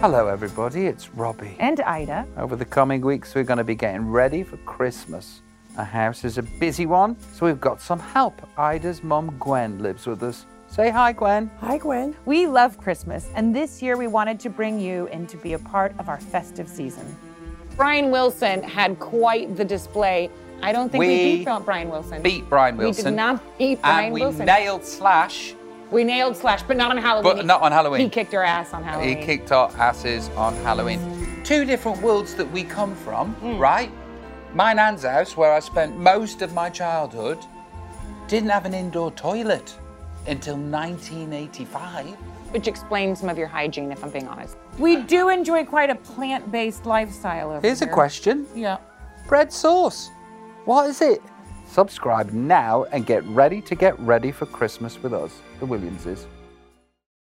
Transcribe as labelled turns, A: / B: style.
A: Hello, everybody. It's Robbie.
B: and Ida.
A: Over the coming weeks, we're going to be getting ready for Christmas. Our house is a busy one, so we've got some help. Ida's mum, Gwen, lives with us. Say hi, Gwen.
C: Hi, Gwen.
B: We love Christmas, and this year we wanted to bring you in to be a part of our festive season.
D: Brian Wilson had quite the display. I don't think we,
A: We
D: beat Bri- Brian Wilson.
A: Beat Brian
D: We
A: Wilson.
D: did not beat
A: and
D: Brian
A: we
D: Wilson.
A: nailed Slash.
D: we nailed Slash, but not on Halloween.
A: But not on Halloween.
D: He kicked her ass on
A: He
D: Halloween.
A: kicked our asses on Halloween. Two different worlds that we come from,
D: Hmm.
A: right? My nan's house, where I spent most of my childhood, didn't have an indoor toilet until 1985.
D: Which explains some of your hygiene, if I'm being honest.
B: We do enjoy quite a plant based lifestyle. Over
A: Here's a
B: here.
A: question.
B: Yeah.
A: Bread sauce. What is it? Subscribe now and get ready to get ready for Christmas with us, the Williamses.